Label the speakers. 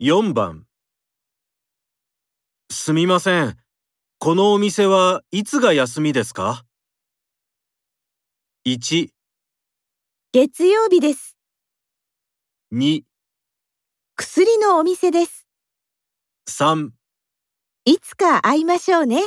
Speaker 1: 4番すみません。このお店はいつが休みですか ?1、
Speaker 2: 月曜日です。
Speaker 1: 2、
Speaker 2: 薬のお店です。
Speaker 1: 3
Speaker 2: いつか会いましょうね。